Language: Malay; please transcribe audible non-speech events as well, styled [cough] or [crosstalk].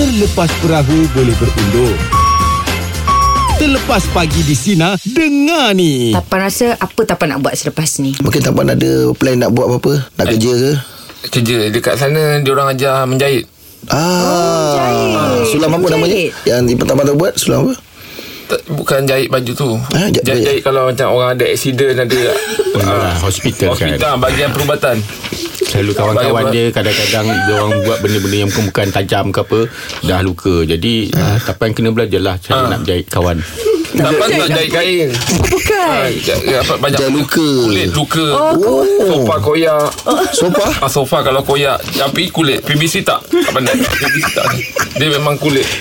Terlepas perahu boleh berundur. Terlepas pagi di Sina, dengar ni. Tapan rasa apa Tapan nak buat selepas ni? Mungkin tak pernah ada plan nak buat apa-apa Nak kerja ke Kerja dekat sana diorang ajar menjahit. Ah, menjahit. Sulam apa namanya Menjahit. Yang di pertama tu buat Sulam apa Tak, bukan jahit baju tu. Ah, jahit- jahit, jahit, kalau macam orang ada aksiden [laughs] ada ah, Yalah, hospital kan. Hospital bahagian perubatan. Selalu kawan-kawan Baik, dia Kadang-kadang Dia orang buat benda-benda Yang bukan tajam ke apa Dah luka Jadi uh, Tapan kena belajar lah Ah. Cara nak jahit kawan Dapat nak jahit kain. Bukan. Ah, ja- apa, banyak Jahit luka. Kulit luka. Oh Sofa koyak. Sofa Ah, sofa kalau koyak tapi kulit PVC tak. Tak pandai. PVC tak. Dia memang kulit.